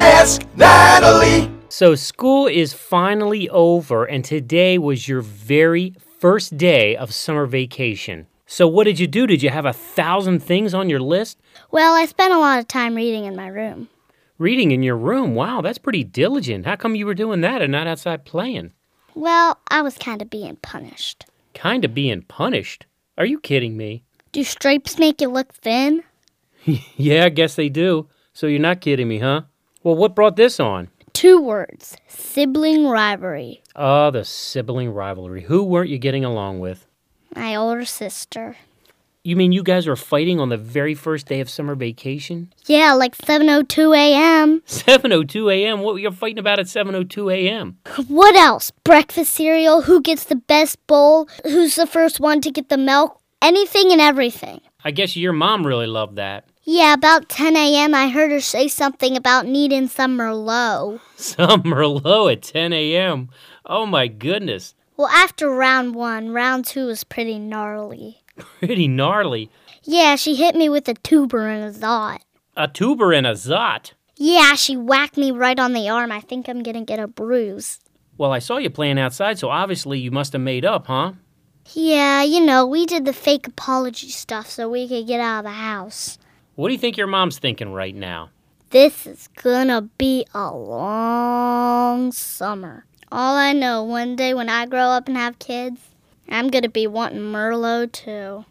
Ask Natalie. So, school is finally over, and today was your very first day of summer vacation. So, what did you do? Did you have a thousand things on your list? Well, I spent a lot of time reading in my room. Reading in your room. Wow, that's pretty diligent. How come you were doing that and not outside playing? Well, I was kind of being punished. Kind of being punished. Are you kidding me? Do stripes make you look thin? Yeah, I guess they do. So, you're not kidding me, huh? Well, what brought this on? Two words sibling rivalry. Ah, the sibling rivalry. Who weren't you getting along with? My older sister. You mean you guys were fighting on the very first day of summer vacation? Yeah, like 7:02 a.m. 7:02 a.m. What were you fighting about at 7:02 a.m.? What else? Breakfast cereal, who gets the best bowl, who's the first one to get the milk, anything and everything. I guess your mom really loved that. Yeah, about 10 a.m. I heard her say something about needing some Merlot. Some Merlot at 10 a.m. Oh my goodness, Well, after round 1, round 2 was pretty gnarly. pretty gnarly. Yeah, she hit me with a tuber and a zot. A tuber and a zot. Yeah, she whacked me right on the arm. I think I'm gonna get a bruise. Well, I saw you playing outside, so obviously you must have made up, huh? Yeah, you know, we did the fake apology stuff so we could get out of the house. What do you think your mom's thinking right now? This is gonna be a long summer. All I know, one day when I grow up and have kids, I'm gonna be wanting Merlot too.